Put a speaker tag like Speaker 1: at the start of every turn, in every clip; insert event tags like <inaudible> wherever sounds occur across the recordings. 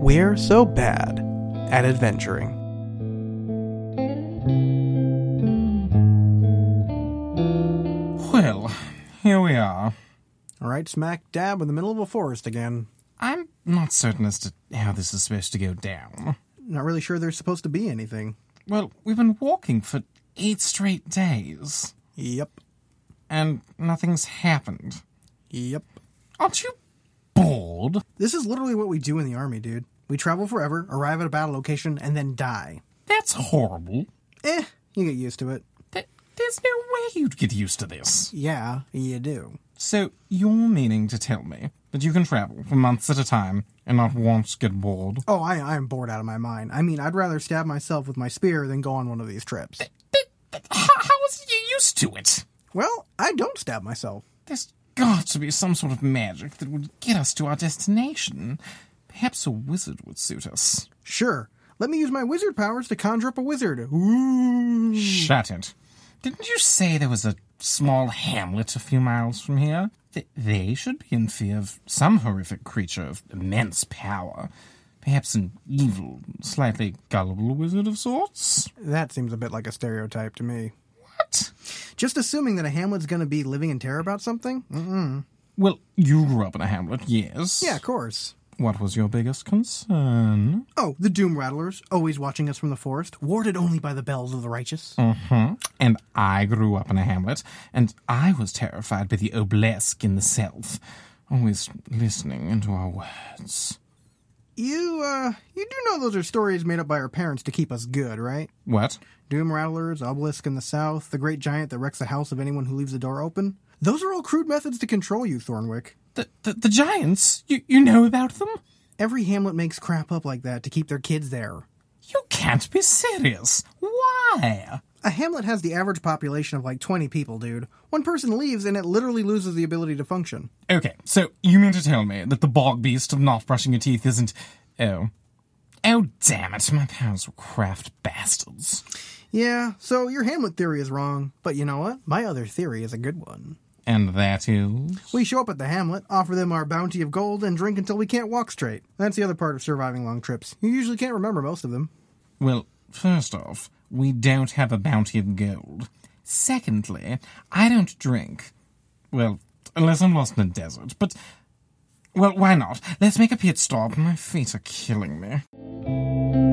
Speaker 1: we're so bad at adventuring.
Speaker 2: Well, here we are.
Speaker 1: Right smack dab in the middle of a forest again.
Speaker 2: I'm not certain as to how this is supposed to go down.
Speaker 1: Not really sure there's supposed to be anything.
Speaker 2: Well, we've been walking for eight straight days,
Speaker 1: Yep.
Speaker 2: and nothing's happened.
Speaker 1: Yep.
Speaker 2: Aren't you bored?
Speaker 1: This is literally what we do in the army, dude. We travel forever, arrive at a battle location, and then die.
Speaker 2: That's horrible.
Speaker 1: Eh, you get used to it.
Speaker 2: Th- There's no way you'd get used to this.
Speaker 1: Yeah, you do.
Speaker 2: So, you're meaning to tell me that you can travel for months at a time and not once get bored?
Speaker 1: Oh, I, I'm bored out of my mind. I mean, I'd rather stab myself with my spear than go on one of these trips.
Speaker 2: Th- th- How how is it you used to it?
Speaker 1: Well, I don't stab myself.
Speaker 2: There's got to be some sort of magic that would get us to our destination. Perhaps a wizard would suit us.
Speaker 1: Sure, let me use my wizard powers to conjure up a wizard. Ooh.
Speaker 2: Shut it. Didn't you say there was a small hamlet a few miles from here? Th- They should be in fear of some horrific creature of immense power. Perhaps an evil, slightly gullible wizard of sorts?
Speaker 1: That seems a bit like a stereotype to me.
Speaker 2: What?
Speaker 1: Just assuming that a Hamlet's gonna be living in terror about something? Mm,
Speaker 2: Well, you grew up in a hamlet, yes.
Speaker 1: Yeah, of course.
Speaker 2: What was your biggest concern?
Speaker 1: Oh, the Doom Rattlers, always watching us from the forest, warded only by the bells of the righteous.
Speaker 2: And I grew up in a hamlet, and I was terrified by the obelisk in the south, always listening into our words.
Speaker 1: You, uh, you do know those are stories made up by our parents to keep us good, right?
Speaker 2: What?
Speaker 1: Doom Rattlers, Obelisk in the South, the Great Giant that wrecks the house of anyone who leaves the door open. Those are all crude methods to control you, Thornwick.
Speaker 2: The, the, the giants? You, you know about them?
Speaker 1: Every Hamlet makes crap up like that to keep their kids there.
Speaker 2: You can't be serious. Why?
Speaker 1: A hamlet has the average population of like 20 people, dude. One person leaves and it literally loses the ability to function.
Speaker 2: Okay, so you mean to tell me that the bog beast of not brushing your teeth isn't. Oh. Oh, damn it. My parents were craft bastards.
Speaker 1: Yeah, so your hamlet theory is wrong, but you know what? My other theory is a good one.
Speaker 2: And that is.
Speaker 1: We show up at the hamlet, offer them our bounty of gold, and drink until we can't walk straight. That's the other part of surviving long trips. You usually can't remember most of them.
Speaker 2: Well, first off, we don't have a bounty of gold. Secondly, I don't drink. Well, unless I'm lost in a desert, but. Well, why not? Let's make a pit stop. My feet are killing me.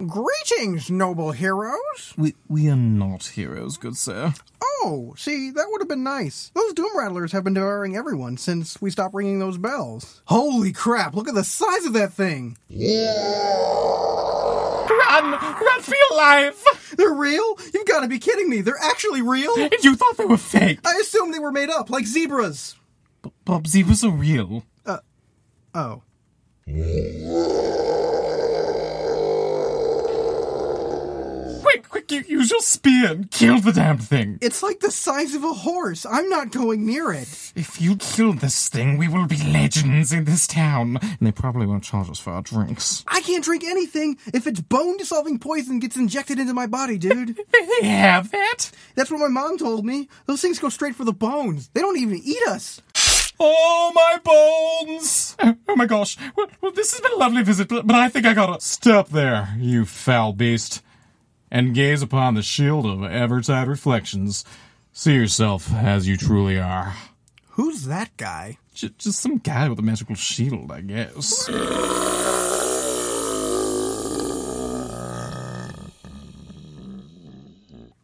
Speaker 1: Greetings, noble heroes!
Speaker 2: We, we are not heroes, good sir.
Speaker 1: Oh, see, that would have been nice. Those doom rattlers have been devouring everyone since we stopped ringing those bells. Holy crap, look at the size of that thing!
Speaker 2: Run! Run for your life!
Speaker 1: They're real? You've got to be kidding me. They're actually real?
Speaker 2: You thought they were fake.
Speaker 1: I assume they were made up, like zebras.
Speaker 2: B- Bob zebras are real.
Speaker 1: Oh.
Speaker 2: Quick, quick, you, use your spear and kill the damn thing.
Speaker 1: It's like the size of a horse. I'm not going near it.
Speaker 2: If you kill this thing, we will be legends in this town. And they probably won't charge us for our drinks.
Speaker 1: I can't drink anything if its bone dissolving poison gets injected into my body, dude.
Speaker 2: They have that?
Speaker 1: That's what my mom told me. Those things go straight for the bones. They don't even eat us.
Speaker 2: Oh, my bones! Oh, oh my gosh. Well, well, this has been a lovely visit, but, but I think I gotta step there, you foul beast, and gaze upon the shield of Evertide reflections. See yourself as you truly are.
Speaker 1: Who's that guy?
Speaker 2: J- just some guy with a magical shield, I guess.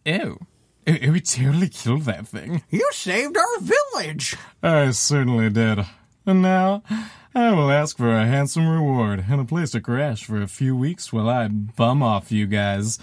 Speaker 2: Ew. Oh, oh, we totally killed that thing.
Speaker 1: You saved our village.
Speaker 2: I certainly did. And now, I will ask for a handsome reward and a place to crash for a few weeks while I bum off you guys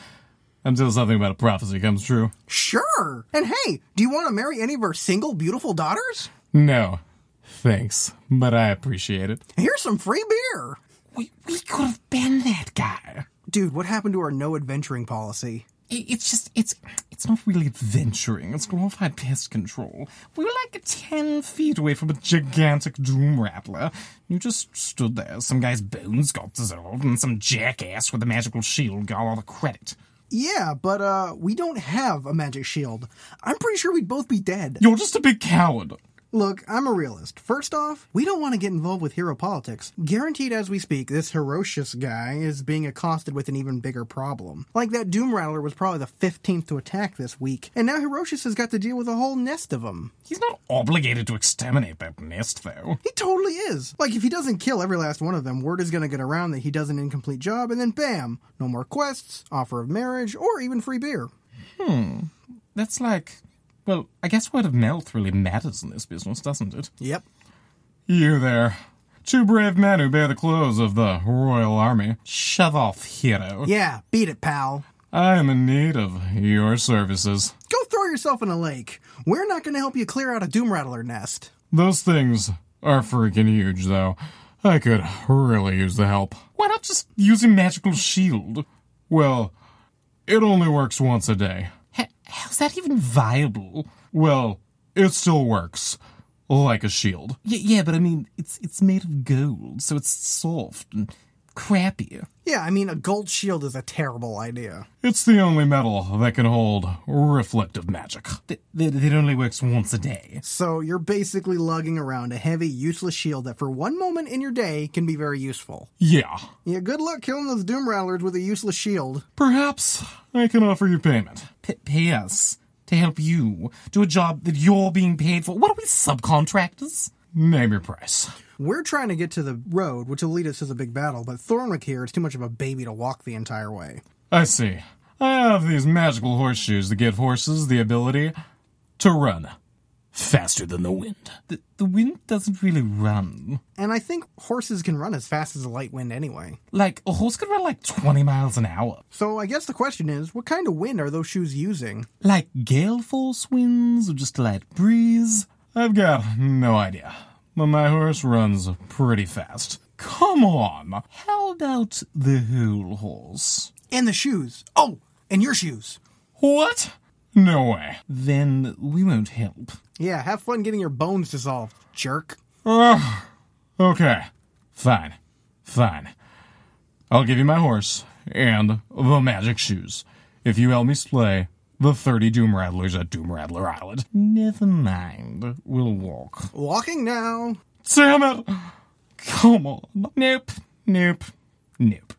Speaker 2: until something about a prophecy comes true.
Speaker 1: Sure. And hey, do you want to marry any of our single, beautiful daughters?
Speaker 2: No, thanks, but I appreciate it.
Speaker 1: Here's some free beer.
Speaker 2: We, we could have been that guy.
Speaker 1: Dude, what happened to our no adventuring policy?
Speaker 2: I- It's just, it's, it's not really adventuring. It's glorified pest control. We were like ten feet away from a gigantic doom rattler. You just stood there. Some guy's bones got dissolved, and some jackass with a magical shield got all the credit.
Speaker 1: Yeah, but uh, we don't have a magic shield. I'm pretty sure we'd both be dead.
Speaker 2: You're just a big coward.
Speaker 1: Look, I'm a realist. First off, we don't want to get involved with hero politics. Guaranteed as we speak, this Herocious guy is being accosted with an even bigger problem. Like that Doom Rattler was probably the 15th to attack this week, and now Herocious has got to deal with a whole nest of them.
Speaker 2: He's not obligated to exterminate that nest, though.
Speaker 1: He totally is. Like, if he doesn't kill every last one of them, word is going to get around that he does an incomplete job, and then bam, no more quests, offer of marriage, or even free beer.
Speaker 2: That's like. Well, I guess word of mouth really matters in this business, doesn't it?
Speaker 1: Yep.
Speaker 2: You there. Two brave men who bear the clothes of the Royal Army. Shove off, hero.
Speaker 1: Yeah, beat it, pal.
Speaker 2: I am in need of your services.
Speaker 1: Go throw yourself in a lake. We're not going to help you clear out a Doom Rattler nest.
Speaker 2: Those things are freaking huge, though. I could really use the help. Why not just use a magical shield? Well, it only works once a day. How's that even viable? Well, it still works. Like a shield. Yeah, yeah, but I mean, it's it's made of gold, so it's soft and crappy.
Speaker 1: Yeah, I mean, a gold shield is a terrible idea.
Speaker 2: It's the only metal that can hold reflective magic. It, it only works once a day.
Speaker 1: So you're basically lugging around a heavy, useless shield that for one moment in your day can be very useful.
Speaker 2: Yeah.
Speaker 1: Yeah, good luck killing those Doom Rattlers with a useless shield.
Speaker 2: Perhaps I can offer you payment. P- pay us to help you do a job that you're being paid for. What are we, subcontractors? Name your price.
Speaker 1: We're trying to get to the road, which will lead us to the big battle, but Thornwick here is too much of a baby to walk the entire way.
Speaker 2: I see. I have these magical horseshoes that give horses the ability to run faster than the wind. The, the wind doesn't really run.
Speaker 1: And I think horses can run as fast as a light wind anyway.
Speaker 2: Like, a horse could run like 20 miles an hour.
Speaker 1: So I guess the question is what kind of wind are those shoes using?
Speaker 2: Like gale force winds or just a light breeze? I've got no idea. But my horse runs pretty fast. Come on! How about the whole horse?
Speaker 1: And the shoes. Oh, and your shoes.
Speaker 2: What? No way. Then we won't help.
Speaker 1: Yeah, have fun getting your bones dissolved, jerk.
Speaker 2: Ugh. okay. Fine. Fine. I'll give you my horse and the magic shoes if you help me slay the 30 Doom Rattlers at Doom Rattler Island. Never mind. We'll walk.
Speaker 1: Walking now.
Speaker 2: Damn it! Come on. Nope. Nope. Nope.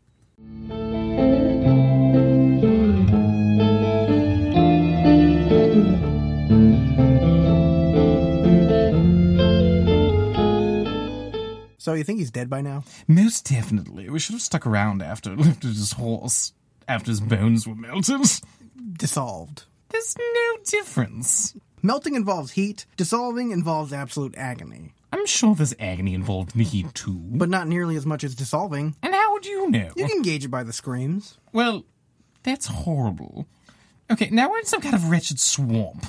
Speaker 1: So you think he's dead by now?
Speaker 2: Most definitely. We should have stuck around after <laughs> it lifted his horse, after his bones were melted.
Speaker 1: Dissolved.
Speaker 2: There's no difference.
Speaker 1: Melting involves heat, dissolving involves absolute agony,
Speaker 2: I'm sure there's agony involved in the heat too.
Speaker 1: but not nearly as much as dissolving.
Speaker 2: and how would you know?
Speaker 1: You can gauge it by the screams.
Speaker 2: Well, that's horrible. Okay, now we're in some kind of wretched swamp.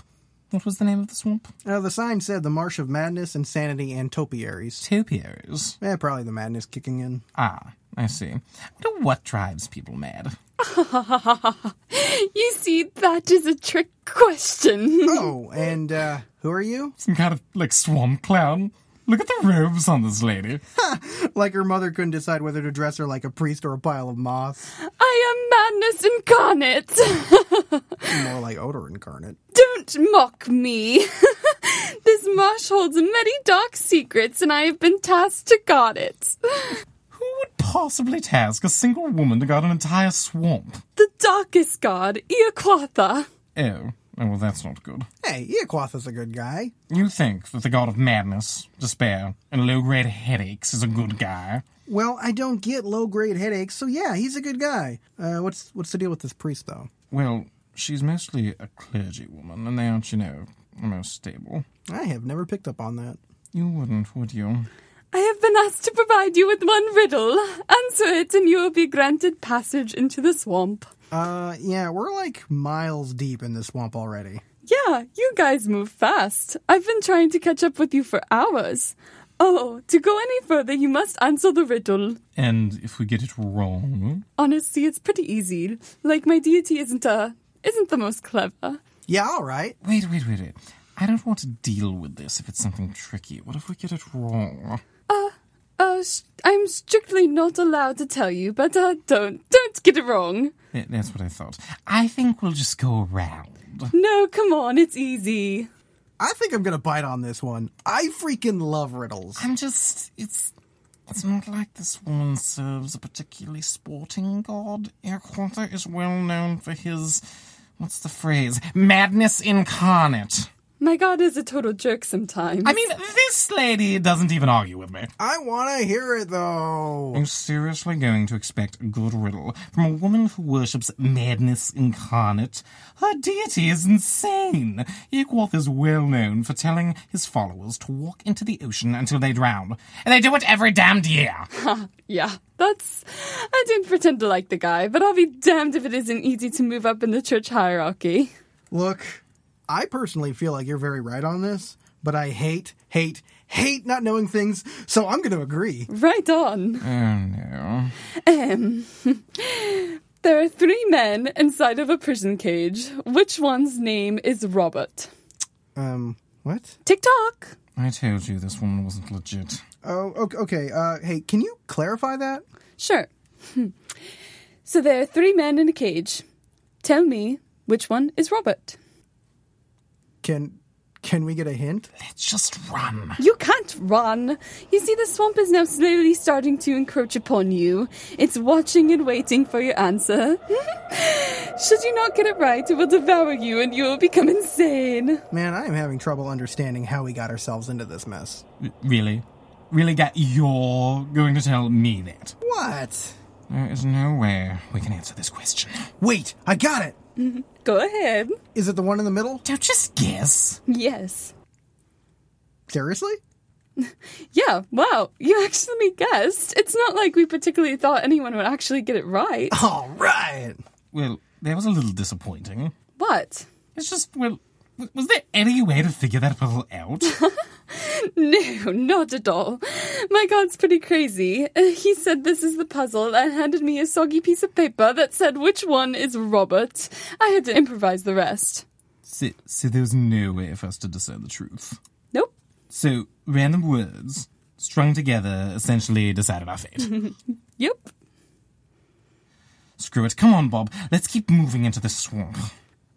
Speaker 2: What was the name of the swamp?
Speaker 1: Uh, the sign said the Marsh of Madness, Insanity, and Topiaries.
Speaker 2: Topiaries.
Speaker 1: Eh, probably the madness kicking in.
Speaker 2: Ah, I see. I wonder what drives people mad.
Speaker 3: You see, that is a trick question.
Speaker 1: Oh, and uh, who are you? <laughs>
Speaker 2: Some kind of, like, swamp clown. Look at the robes on this lady.
Speaker 1: Like her mother couldn't decide whether to dress her like a priest or a pile of moss.
Speaker 3: I am madness incarnate.
Speaker 1: More like odor incarnate.
Speaker 3: Don't mock me. <laughs> this marsh holds many dark secrets, and I have been tasked to guard it.
Speaker 2: Who would possibly task a single woman to guard an entire swamp?
Speaker 3: The darkest god, Iaquatha.
Speaker 2: Oh, oh well, that's not good.
Speaker 1: Hey, Iaquatha's a good guy.
Speaker 2: You think that the god of madness, despair, and low grade headaches is a good guy?
Speaker 1: Well, I don't get low grade headaches, so yeah, he's a good guy. Uh, what's what's the deal with this priest though?
Speaker 2: Well, she's mostly a clergywoman, and they aren't, you know, the most stable.
Speaker 1: I have never picked up on that.
Speaker 2: You wouldn't, would you?
Speaker 3: I have been asked to provide you with one riddle. Answer it, and you will be granted passage into the swamp.
Speaker 1: Uh, yeah, we're like miles deep in the swamp already.
Speaker 3: Yeah, you guys move fast. I've been trying to catch up with you for hours. Oh, to go any further, you must answer the riddle.
Speaker 2: And if we get it wrong,
Speaker 3: Honestly, it's pretty easy. Like my deity isn't a isn't the most clever.
Speaker 1: Yeah, all right.
Speaker 2: wait, wait, wait, wait. I don't want to deal with this if it's something tricky. What if we get it wrong?
Speaker 3: Uh, Oh, sh- I'm strictly not allowed to tell you, but uh, don't don't get it wrong.
Speaker 2: Th- That's what I thought. I think we'll just go around.
Speaker 3: No, come on, it's easy.
Speaker 1: I think I'm gonna bite on this one. I freaking love riddles.
Speaker 2: I'm just. It's. It's not like this woman serves a particularly sporting god. Erquata is well known for his. What's the phrase? Madness incarnate.
Speaker 3: My God is a total jerk sometimes.
Speaker 2: I mean, this lady doesn't even argue with me.
Speaker 1: I wanna hear it though.
Speaker 2: Are you seriously going to expect a good riddle from a woman who worships madness incarnate? Her deity is insane. Equoth is well known for telling his followers to walk into the ocean until they drown. And they do it every damned year.
Speaker 3: yeah, that's. I don't pretend to like the guy, but I'll be damned if it isn't easy to move up in the church hierarchy.
Speaker 1: Look, I personally feel like you're very right on this, but I hate, hate, hate not knowing things, so I'm gonna agree.
Speaker 3: Right on.
Speaker 2: oh no.
Speaker 3: There are three men inside of a prison cage. Which one's name is Robert?
Speaker 1: Um, what?
Speaker 3: Tick tock.
Speaker 2: I told you this woman wasn't legit.
Speaker 1: Oh, okay, okay. Uh, hey, can you clarify that?
Speaker 3: Sure. <laughs> so there are three men in a cage. Tell me which one is Robert.
Speaker 1: Can can we get a hint?
Speaker 2: Let's just run.
Speaker 3: You can't run. You see, the swamp is now slowly starting to encroach upon you. It's watching and waiting for your answer. <laughs> Should you not get it right, it will devour you and you will become insane.
Speaker 1: Man, I am having trouble understanding how we got ourselves into this mess.
Speaker 2: Really? Really, Gat, you're going to tell me that?
Speaker 1: What?
Speaker 2: There is no way we can answer this question.
Speaker 1: Wait, I got it.
Speaker 3: Go ahead.
Speaker 1: Is it the one in the middle?
Speaker 2: Don't just guess.
Speaker 3: Yes.
Speaker 1: Seriously?
Speaker 3: Yeah, wow, you actually guessed. It's not like we particularly thought anyone would actually get it <laughs> right.
Speaker 1: All right.
Speaker 2: Well, that was a little disappointing.
Speaker 3: What?
Speaker 2: It's just, well, w- was there any way to figure that puzzle out?
Speaker 3: No, not at all. My god's pretty crazy. <laughs> Uh, He said this is the puzzle and handed me a soggy piece of paper that said which one is Robert. I had to improvise the rest.
Speaker 2: so, so there was no way for us to discern the truth.
Speaker 3: Nope.
Speaker 2: So, random words strung together essentially decided our fate.
Speaker 3: Yep.
Speaker 2: Screw it. Come on, Bob. Let's keep moving into the swamp.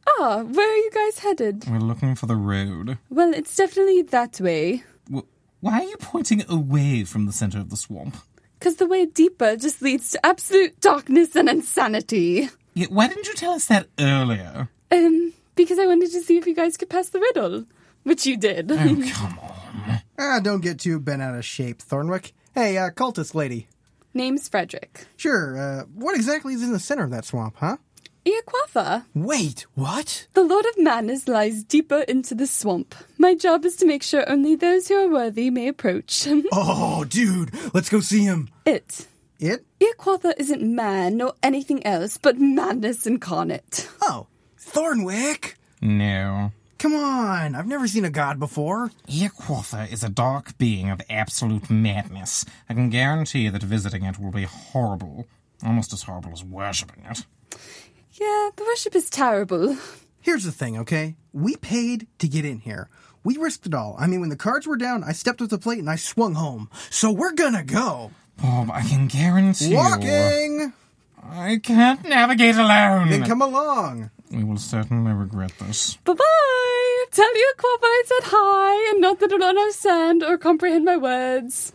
Speaker 3: Ah, where are you guys headed?
Speaker 2: We're looking for the road.
Speaker 3: Well, it's definitely that way.
Speaker 2: W- Why are you pointing away from the center of the swamp?
Speaker 3: Because the way deeper just leads to absolute darkness and insanity.
Speaker 2: Yeah, why didn't you tell us that earlier?
Speaker 3: Um, because I wanted to see if you guys could pass the riddle, which you did.
Speaker 2: Oh, come on.
Speaker 1: Ah, don't get too bent out of shape, Thornwick. Hey, uh, cultist lady.
Speaker 3: <laughs> Name's Frederick.
Speaker 1: Sure, uh, what exactly is in the center of that swamp, huh?
Speaker 3: Iaquafa.
Speaker 1: Wait, what?
Speaker 3: The Lord of Madness lies deeper into the swamp. My job is to make sure only those who are worthy may approach. <laughs>
Speaker 1: Oh, dude, let's go see him.
Speaker 3: it.
Speaker 1: It?
Speaker 3: Iaquatha isn't man nor anything else but madness incarnate.
Speaker 1: Oh, Thornwick?
Speaker 2: No.
Speaker 1: Come on, I've never seen a god before.
Speaker 2: Earquartha is a dark being of absolute madness. I can guarantee that visiting it will be horrible. Almost as horrible as worshipping it.
Speaker 3: Yeah, the worship is terrible.
Speaker 1: Here's the thing, okay? We paid to get in here. We risked it all. I mean, when the cards were down, I stepped up the plate and I swung home. So we're gonna go.
Speaker 2: Bob, I can guarantee you.
Speaker 1: Walking!
Speaker 2: I can't navigate alone.
Speaker 1: Then come along.
Speaker 2: we will certainly regret this.
Speaker 3: Bye bye! Tell Iaquatha I said hi and not that I don't understand or comprehend my words.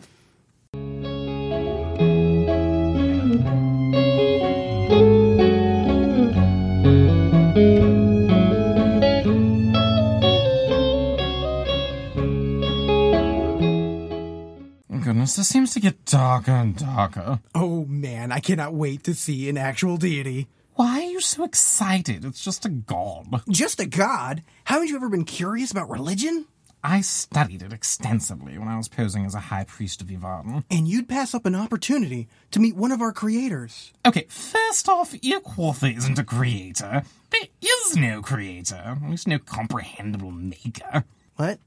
Speaker 2: Goodness, this seems to get darker and darker.
Speaker 1: Oh man, I cannot wait to see an actual deity.
Speaker 2: Why are you so excited? It's just a god.
Speaker 1: Just a god? Haven't you ever been curious about religion?
Speaker 2: I studied it extensively when I was posing as a high priest of Ivarden.
Speaker 1: And you'd pass up an opportunity to meet one of our creators.
Speaker 2: Okay, first off, Earquartha isn't a creator. There is no creator. At least no comprehensible maker.
Speaker 1: What?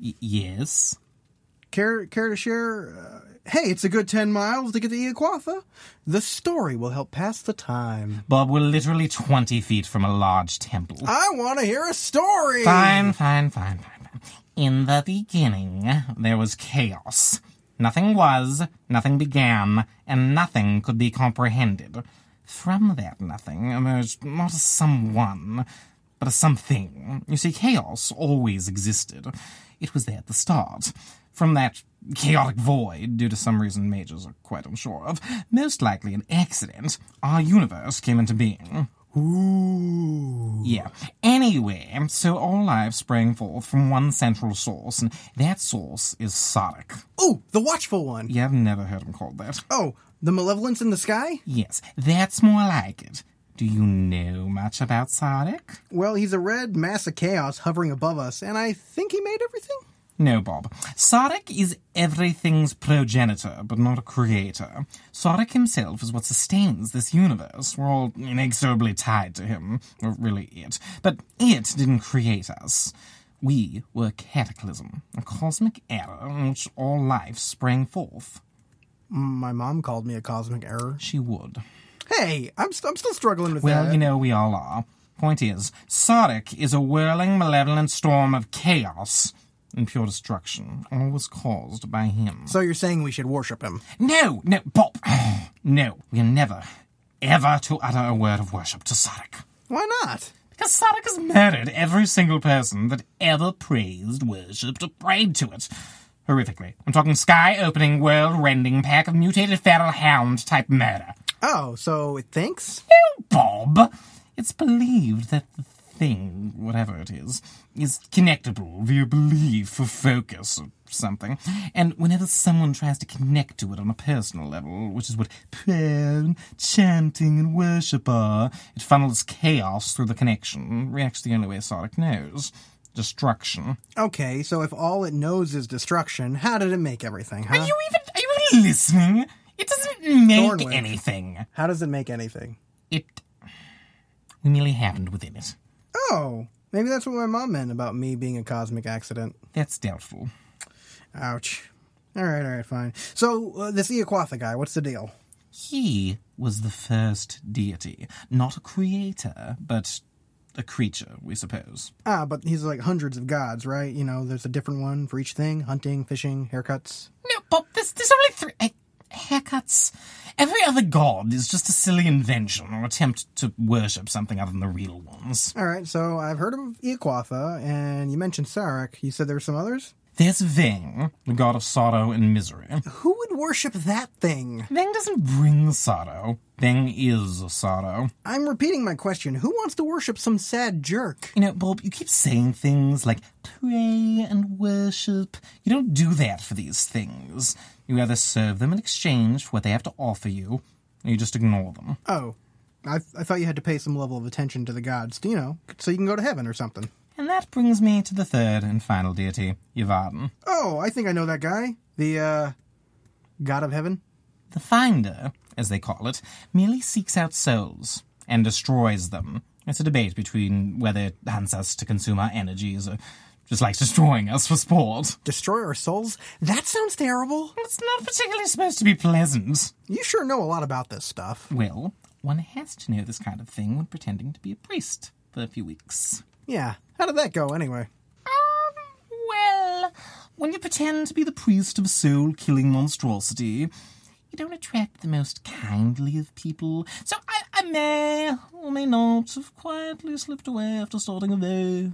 Speaker 2: Y- yes?
Speaker 1: Care, care to share? Uh, hey, it's a good 10 miles to get to Iaquatha. The story will help pass the time.
Speaker 2: Bob, we're literally 20 feet from a large temple.
Speaker 1: I want to hear a story!
Speaker 2: Fine, fine, fine, fine, fine. In the beginning, there was chaos. Nothing was, nothing began, and nothing could be comprehended. From that nothing emerged not a someone, but a something. You see, chaos always existed. It was there at the start. From that chaotic void, due to some reason majors are quite unsure of, most likely an accident, our universe came into being. Yeah. Anyway, so all life sprang forth from one central source, and that source is Sonic.
Speaker 1: Ooh, the watchful one.
Speaker 2: You have never heard him called that.
Speaker 1: Oh, the malevolence in the sky?
Speaker 2: Yes, that's more like it. Do you know much about Sonic?
Speaker 1: Well, he's a red mass of chaos hovering above us, and I think he made everything?
Speaker 2: No, Bob. Sonic is everything's progenitor, but not a creator. Sonic himself is what sustains this universe. We're all inexorably tied to him. Or really, it. But it didn't create us. We were a cataclysm, a cosmic error in which all life sprang forth.
Speaker 1: My mom called me a cosmic error.
Speaker 2: She would.
Speaker 1: Hey, I'm, st- I'm still struggling with
Speaker 2: Well,
Speaker 1: that.
Speaker 2: you know, we all are. Point is, Sonic is a whirling, malevolent storm of chaos and pure destruction, all was caused by him.
Speaker 1: so you're saying we should worship him?
Speaker 2: No, no, Bob. <sighs> no, we're never, ever to utter a word of worship to Sonic.
Speaker 1: Why not?
Speaker 2: Because Sonic has murdered every single person that ever praised, worshipped, or prayed to it. Horrifically. I'm talking sky opening, world rending pack of mutated feral hound type murder.
Speaker 1: Oh, so it thinks?
Speaker 2: Oh, Bob! It's believed that the thing, whatever it is, is connectable via belief or focus or something. And whenever someone tries to connect to it on a personal level, which is what prayer and chanting and worship are, it funnels chaos through the connection. Reacts the only way Sonic knows. Destruction.
Speaker 1: Okay, so if all it knows is destruction, how did it make everything, huh?
Speaker 2: Are you even are you even listening? It doesn't make
Speaker 1: Thornwick.
Speaker 2: anything.
Speaker 1: How does it make anything?
Speaker 2: It we merely happened within it.
Speaker 1: Oh, maybe that's what my mom meant about me being a cosmic accident.
Speaker 2: That's doubtful.
Speaker 1: Ouch. All right, all right, fine. So uh, this Iaquatha guy, what's the deal?
Speaker 2: He was the first deity, not a creator, but a creature, we suppose.
Speaker 1: Ah, but he's like hundreds of gods, right? You know, there's a different one for each thing: hunting, fishing, haircuts.
Speaker 2: No, Bob, there's, there's only three eh, haircuts. Every other god is just a silly invention or attempt to worship something other than the real ones.
Speaker 1: All right, so I've heard of Iaquatha, and you mentioned Sarek. You said there were some others.
Speaker 2: There's Ving, the god of sorrow and misery.
Speaker 1: Who would worship that thing?
Speaker 2: Ving doesn't bring sorrow. Ving is sorrow.
Speaker 1: I'm repeating my question. Who wants to worship some sad jerk?
Speaker 2: You know, Bob, you keep saying things like pray and worship. You don't do that for these things. You either serve them in exchange for what they have to offer you, or you just ignore them.
Speaker 1: Oh, I, I thought you had to pay some level of attention to the gods, you know, so you can go to heaven or something.
Speaker 2: And that brings me to the third and final deity, Yvadin.
Speaker 1: Oh, I think I know that guy. The uh, god of heaven.
Speaker 2: The Finder, as they call it, merely seeks out souls and destroys them. It's a debate between whether it hunts us to consume our energies or just likes destroying us for sport.
Speaker 1: Destroy our souls? That sounds terrible.
Speaker 2: It's not particularly supposed to be pleasant.
Speaker 1: You sure know a lot about this stuff.
Speaker 2: Well, one has to know this kind of thing when pretending to be a priest for a few weeks.
Speaker 1: Yeah. How did that go anyway?
Speaker 2: Um, well, when you pretend to be the priest of a soul killing monstrosity, you don't attract the most kindly of people. So I, I may or may not have quietly slipped away after starting a very,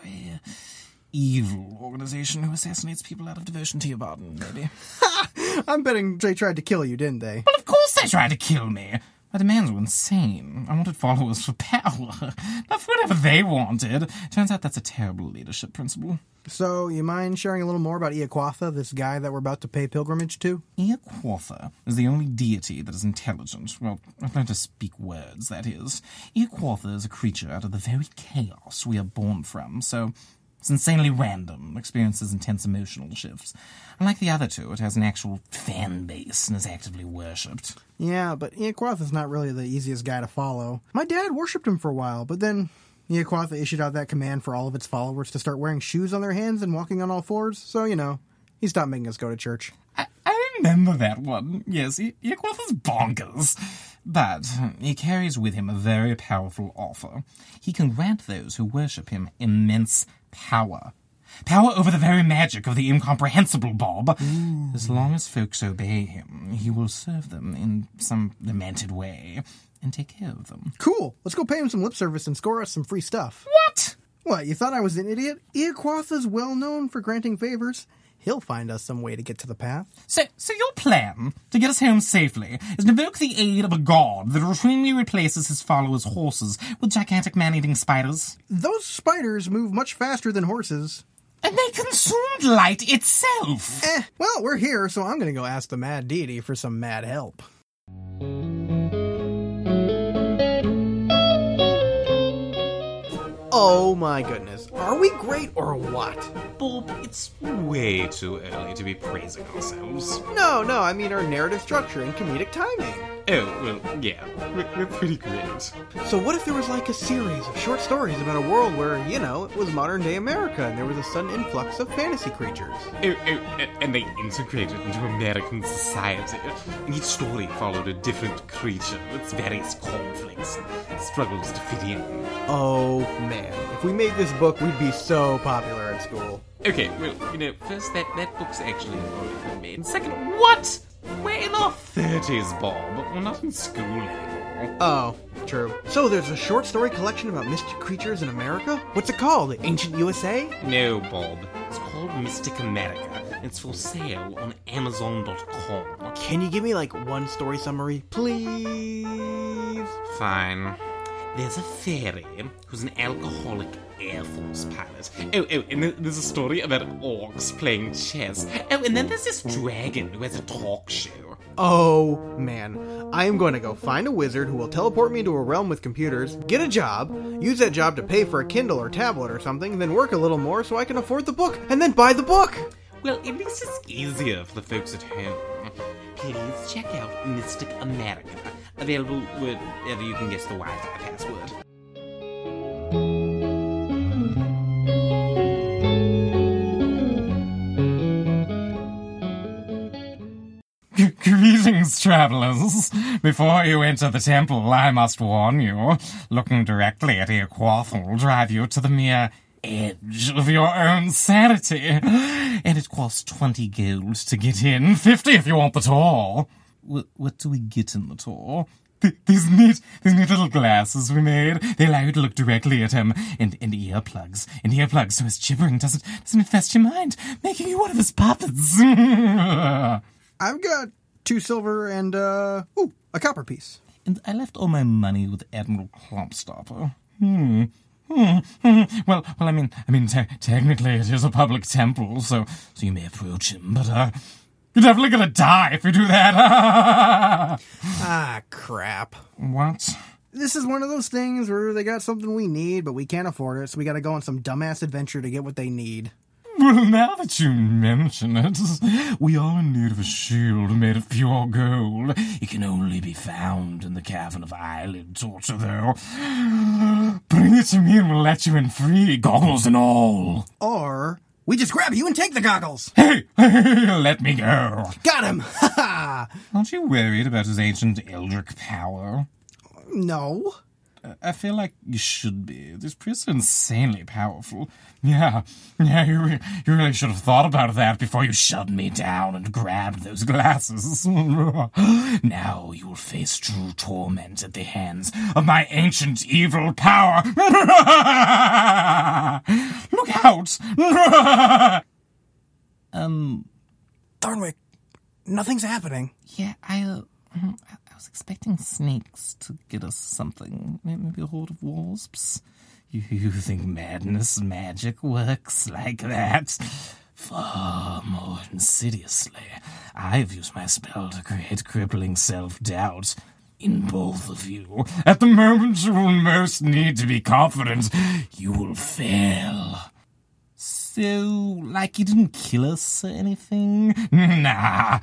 Speaker 2: very evil organization who assassinates people out of devotion to your pardon, maybe.
Speaker 1: I'm betting they tried to kill you, didn't they?
Speaker 2: Well, of course they tried to kill me. My demands were insane. I wanted followers for power, <laughs> not for whatever they wanted. Turns out that's a terrible leadership principle.
Speaker 1: So, you mind sharing a little more about Iaquatha, this guy that we're about to pay pilgrimage to?
Speaker 2: Earquartha is the only deity that is intelligent. Well, I've learned to speak words, that is. Earquartha is a creature out of the very chaos we are born from, so it's insanely random, experiences intense emotional shifts. Unlike the other two, it has an actual fan base and is actively worshipped.
Speaker 1: Yeah, but Iaquatha's not really the easiest guy to follow. My dad worshipped him for a while, but then Iaquatha issued out that command for all of its followers to start wearing shoes on their hands and walking on all fours, so, you know, he stopped making us go to church.
Speaker 2: I, I remember that one. Yes, he, he calls us bonkers. But he carries with him a very powerful offer. He can grant those who worship him immense power.
Speaker 4: Power over the very magic of the incomprehensible Bob. As long as folks obey him, he will serve them in some lamented way and take care of them.
Speaker 1: Cool. Let's go pay him some lip service and score us some free stuff.
Speaker 4: What?
Speaker 1: What, you thought I was an idiot? Iaquatha's well known for granting favors. He'll find us some way to get to the path.
Speaker 4: So, so your plan to get us home safely is to invoke the aid of a god that routinely replaces his followers' horses with gigantic man-eating spiders,
Speaker 1: Those spiders move much faster than horses.
Speaker 4: and they consumed light itself.
Speaker 1: Eh, well, we're here, so I'm gonna go ask the mad deity for some mad help. Oh my goodness. Are we great or what?
Speaker 2: Bulb, it's way too early to be praising ourselves.
Speaker 1: No, no, I mean our narrative structure and comedic timing.
Speaker 2: Oh, well, yeah, we're, we're pretty great.
Speaker 1: So, what if there was like a series of short stories about a world where, you know, it was modern day America and there was a sudden influx of fantasy creatures?
Speaker 2: Oh, oh, a- and they integrated into American society. And each story followed a different creature with various conflicts and struggles to fit in.
Speaker 1: Oh man, if we made this book, we'd be so popular at school.
Speaker 2: Okay, well, you know, first, that, that book's actually already been made. And second, what? We're in our 30s, Bob. We're not in school anymore.
Speaker 1: Oh, true. So, there's a short story collection about mystic creatures in America? What's it called? Ancient USA?
Speaker 2: No, Bob. It's called Mystic America. It's for sale on Amazon.com.
Speaker 1: Can you give me like one story summary, please?
Speaker 2: Fine. There's a fairy who's an alcoholic Air Force pilot. Oh, oh, and th- there's a story about orcs playing chess. Oh, and then there's this dragon who has a talk show.
Speaker 1: Oh man, I am going to go find a wizard who will teleport me into a realm with computers, get a job, use that job to pay for a Kindle or tablet or something, then work a little more so I can afford the book, and then buy the book!
Speaker 2: Well, at least it's easier for the folks at home. Please check out Mystic America, available wherever you can guess the Wi Fi password.
Speaker 4: G- <laughs> Greetings, travelers. Before you enter the temple, I must warn you. Looking directly at Equath will drive you to the mere edge of your own sanity. And it costs 20 gold to get in, 50 if you want the tour. What, what do we get in the tour? Th- These neat, these neat little glasses we made, they allow you to look directly at him. And, and earplugs. And earplugs so his gibbering doesn't, doesn't infest your mind, making you one of his puppets. <laughs>
Speaker 1: I've got two silver and, uh, ooh, a copper piece.
Speaker 4: and I left all my money with Admiral Klopstopper. Hmm. Hmm. <laughs> hmm. Well, well, I mean, I mean, te- technically it is a public temple, so so you may approach him, but uh, you're definitely gonna die if you do that. <laughs>
Speaker 1: Ah, crap.
Speaker 4: what?
Speaker 1: This is one of those things where they got something we need, but we can't afford it, so we gotta go on some dumbass adventure to get what they need.
Speaker 4: Well, now that you mention it, <laughs> we are in need of a shield made of pure gold. It can only be found in the cavern of eyelid torture, though. <gasps> Bring it to me and we'll let you in free, goggles and all.
Speaker 1: Or we just grab you and take the <laughs> goggles!
Speaker 4: Hey, <laughs> let me go.
Speaker 1: Got him! Ha ha!
Speaker 4: Aren't you worried about his ancient eldritch power?
Speaker 1: <laughs> No.
Speaker 4: I- I feel like you should be. This priest is insanely powerful. Yeah, yeah, you, re- you really should have thought about that before you shut me down and grabbed those glasses. <laughs> now you will face true torment at the hands of my ancient evil power. <laughs> Look out! <laughs>
Speaker 1: Thornwick, nothing's happening.
Speaker 4: Yeah, I, uh, I was expecting snakes to get us something. May- Maybe a horde of wasps. You, you think madness magic works like that? Far more insidiously, I have used my spell to create crippling self-doubt in both of you. At the moment you will most need to be confident, you will fail. So, like, you didn't kill us or anything? <laughs> Nah.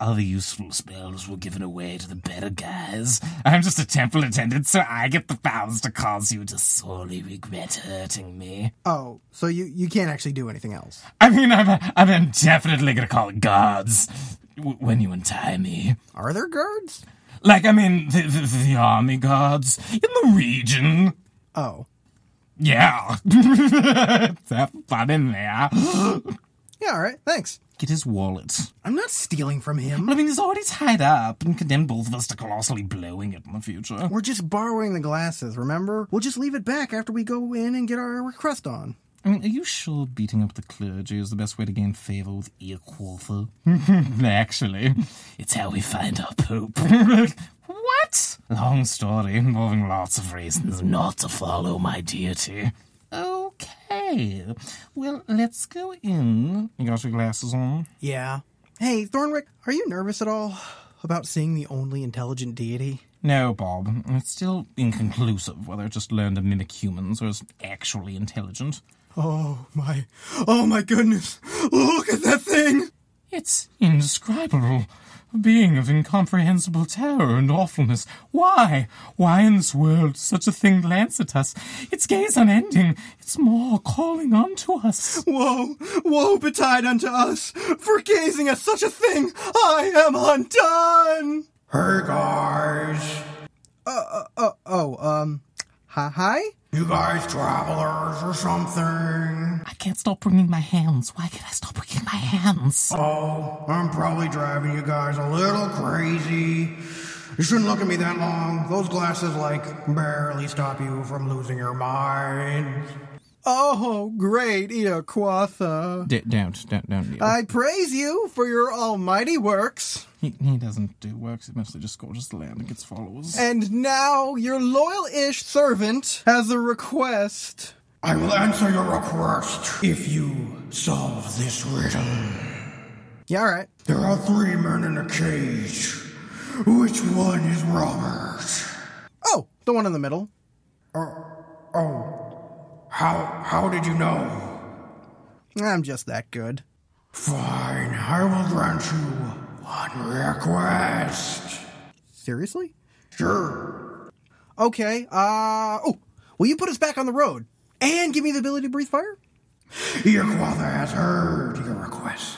Speaker 4: Other useful spells were given away to the better guys. I'm just a temple attendant, so I get the powers to cause you to sorely regret hurting me.
Speaker 1: Oh, so you, you can't actually do anything else.
Speaker 4: I mean, I'm, I'm definitely gonna call it gods w- when you untie me.
Speaker 1: Are there guards?
Speaker 4: Like, I mean, the, the, the army gods in the region.
Speaker 1: Oh.
Speaker 4: Yeah. <laughs> Have fun in there.
Speaker 1: Yeah, all right, thanks.
Speaker 4: Get his wallet.
Speaker 1: I'm not stealing from <laughs>
Speaker 4: Well,
Speaker 1: him.
Speaker 4: I mean, he's already tied up and condemned both of us to colossally blowing it in the future.
Speaker 1: We're just borrowing the glasses, remember? We'll just leave it back after we go in and get our request on.
Speaker 4: I mean, are you sure beating up the clergy is the best way to gain favor with Earquartha? <laughs> Actually, it's how we find our pope. <laughs> what? Long story involving lots of reasons not to follow my deity. Okay. Well, let's go in. You got your glasses on?
Speaker 1: Yeah. Hey, Thornwick, are you nervous at all about seeing the only intelligent deity?
Speaker 4: No, Bob. It's still inconclusive whether it just learned to mimic humans or is actually intelligent.
Speaker 1: Oh my, oh my goodness! Look at that thing!
Speaker 4: It's indescribable. A being of incomprehensible terror and awfulness. Why? Why in this world does such a thing glance at us? Its gaze unending, its maw calling unto us.
Speaker 1: Woe, woe betide unto us for gazing at such a thing! I am undone!
Speaker 5: Hergars,
Speaker 1: Oh, um, hi, hi?
Speaker 5: you guys travelers or something.
Speaker 4: I can't stop bringing my hands. Why can't I stop bringing my hands?
Speaker 5: Oh, I'm probably driving you guys a little crazy. You shouldn't look at me that long. Those glasses, like, barely stop you from losing your mind.
Speaker 1: Oh, great, Iaquatha.
Speaker 4: D- don't, don't, don't. Neil.
Speaker 1: I praise you for your almighty works,
Speaker 4: he, he doesn't do works. He mostly just scorches the land and gets followers.
Speaker 1: and now your loyal-ish servant has a request.
Speaker 5: I will answer your request if you solve this riddle.
Speaker 1: Yeah, all right.
Speaker 5: There are three men in a cage. Which one is Robert? Uh,
Speaker 1: Oh, the one in the middle.
Speaker 5: Oh, how how did you know?
Speaker 1: I'm just that good.
Speaker 5: Fine, I will grant you one request.
Speaker 1: Seriously?
Speaker 5: Sure.
Speaker 1: Okay, uh, oh, will you put us back on the road? And give me the ability to breathe fire?
Speaker 5: Your father has heard your request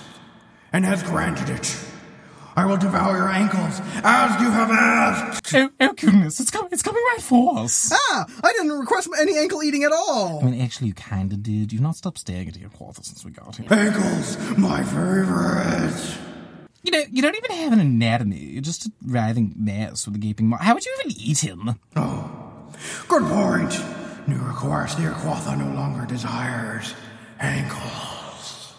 Speaker 5: and has granted it. I will devour your ankles as you have asked.
Speaker 4: Oh, oh goodness, it's, com- it's coming right for us.
Speaker 1: Ah, I didn't request any ankle eating at
Speaker 4: I
Speaker 1: all.
Speaker 4: mean, actually, you kinda did. You've not stopped staring at your quarter since we got here.
Speaker 5: Ankles, my favorite.
Speaker 4: You know, you don't even have an anatomy. You're just a writhing mess with a gaping maw. How would you even eat him?
Speaker 5: Good point. New request, dear Quatha no longer desires ankles.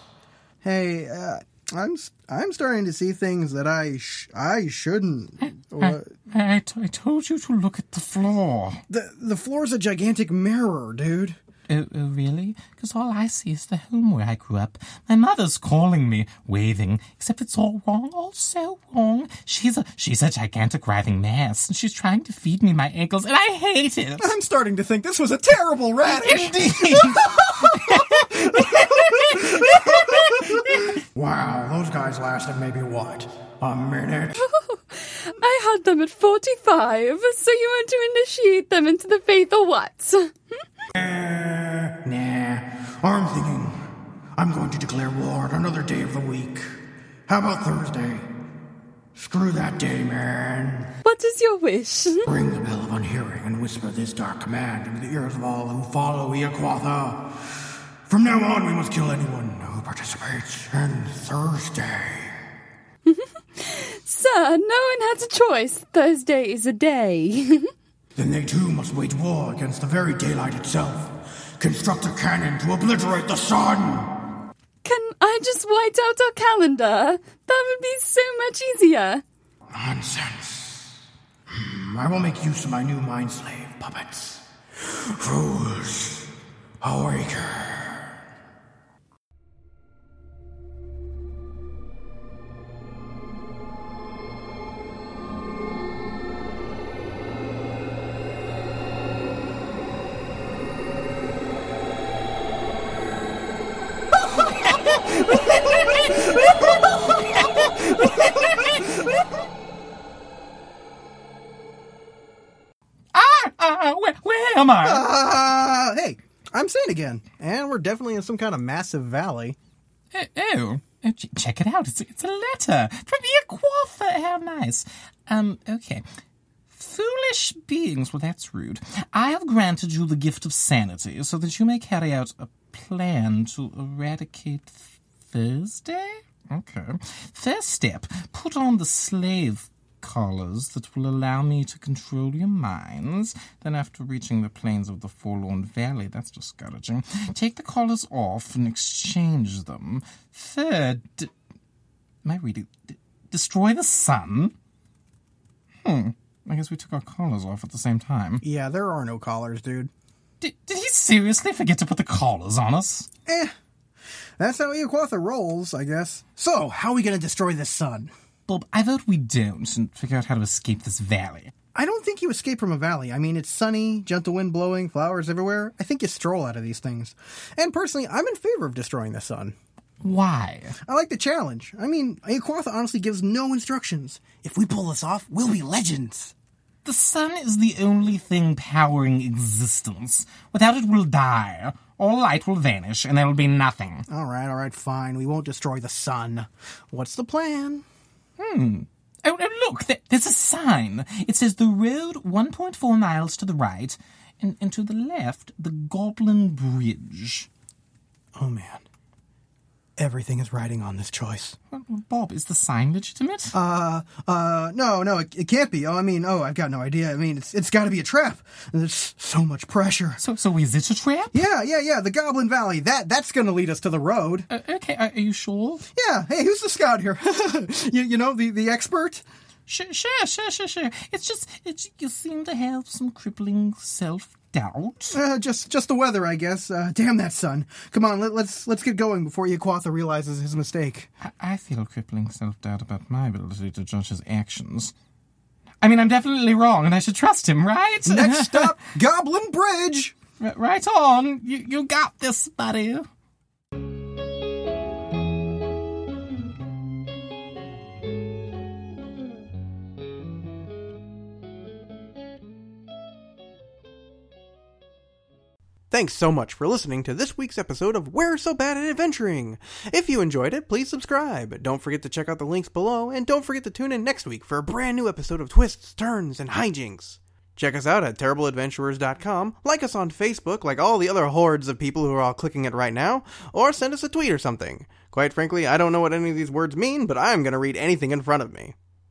Speaker 1: Hey, uh, I'm s- I'm starting to see things that I sh- I shouldn't.
Speaker 4: I, I, t- I told you to look at the floor.
Speaker 1: The the floor's a gigantic mirror, dude.
Speaker 4: Oh, oh really? Because all I see is the home where I grew up. My mother's calling me, waving, except it's all wrong, all so wrong. She's a, she's a gigantic writhing mess, and she's trying to feed me my ankles, and I hate <laughs> it.
Speaker 1: I'm starting to think this was a terrible radish.
Speaker 5: Wow, those guys lasted maybe what? A minute?
Speaker 3: I had them at 45, so you want to initiate them into the faith or what?
Speaker 5: nah. I'm thinking I'm going to declare war on another day of the week. How about Thursday? Screw that day, man.
Speaker 3: What is your wish?
Speaker 5: Ring the bell of unhearing and whisper this dark command into the ears of all who follow Iaquatha. From now on, we must kill anyone who participates in Thursday.
Speaker 3: Sir, no one has a choice. Thursday is a day.
Speaker 5: Then they too must wage war against the very daylight itself. Construct a cannon to obliterate the sun!
Speaker 3: Can I just white out our calendar? That would be so much easier.
Speaker 5: Nonsense. Hmm, I will make use of my new mind slave puppets. Fools, awaken.
Speaker 4: ah, ah, where, where am I?
Speaker 1: Uh, hey, I'm sane again, and we're definitely in some kind of massive valley.
Speaker 4: Oh, oh. Oh, ch- check it out. It's, it's a letter from Iaquatha. How nice. Um, okay. Foolish beings, well, that's rude. I have granted you the gift of sanity so that you may carry out a plan to eradicate Thursday? Okay. First step put on the slave collars that will allow me to control your minds. Then, after reaching the plains of the Forlorn Valley, that's discouraging, take the collars off and exchange them. Third, d- am I reading? D- destroy the sun? Hmm. I guess we took our collars off at the same time.
Speaker 1: Yeah, there are no collars, dude.
Speaker 4: Did, did he seriously forget to put the collars on us?
Speaker 1: That's how Iaquatha rolls, I guess. So, how are we going to destroy the sun?
Speaker 4: Bob, I vote we don't and figure out how to escape this valley.
Speaker 1: I don't think you escape from a valley. I mean, it's sunny, gentle wind blowing, flowers everywhere. I think you stroll out of these things. And personally, I'm in favor of destroying the sun.
Speaker 4: Why?
Speaker 1: I like the challenge. I mean, Iaquatha honestly gives no instructions. If we pull this off, we'll be legends.
Speaker 4: The sun is the only thing powering existence. Without it, we'll die. All light will vanish, and there will be nothing.
Speaker 1: All right, all right, fine. We won't destroy the sun. What's the plan?
Speaker 4: Oh, oh look, there, there's a sign. It says the road 1.4 miles to the right, and, and to the left, the Goblin Bridge.
Speaker 1: Oh, man. Everything is riding on this choice.
Speaker 4: Well, Bob, is the sign legitimate?
Speaker 1: Uh, no, no, it, it can't be. Oh, I mean, oh, I've got no idea. I mean, it's it's got to be a trap. There's so much pressure.
Speaker 4: so, so is it a trap?
Speaker 1: Yeah, yeah, yeah. The Goblin Valley. That that's gonna lead us to the road.
Speaker 4: Uh, okay, are, are you sure?
Speaker 1: Yeah. Hey, who's the scout here? <laughs> you, you know the the expert.
Speaker 4: Sure, sure, sure, sure, sure. It's just it's, you seem to have some crippling self doubt.
Speaker 1: Uh, just just the weather, I guess. Uh, damn that sun. Come on, let, let's let's get going before Yaquatha realizes his mistake.
Speaker 4: I- I feel crippling self doubt about my ability to judge his actions. I mean, I'm definitely wrong, and I should trust him, right?
Speaker 1: Next
Speaker 4: <laughs>
Speaker 1: stop, Goblin Bridge.
Speaker 4: R- right on. You, you got this, buddy.
Speaker 1: Thanks so much for listening to this week's episode of We're So Bad at Adventuring. If you enjoyed it, please subscribe. Don't forget to check out the links below, and don't forget to tune in next week for a brand new episode of Twists, Turns, and Hijinks. Check us out at terribleadventurers.com, like us on Facebook, like all the other hordes of people who are all clicking it right now, or send us a tweet or something. Quite frankly, I don't know what any of these words mean, but I'm going to read anything in front of me.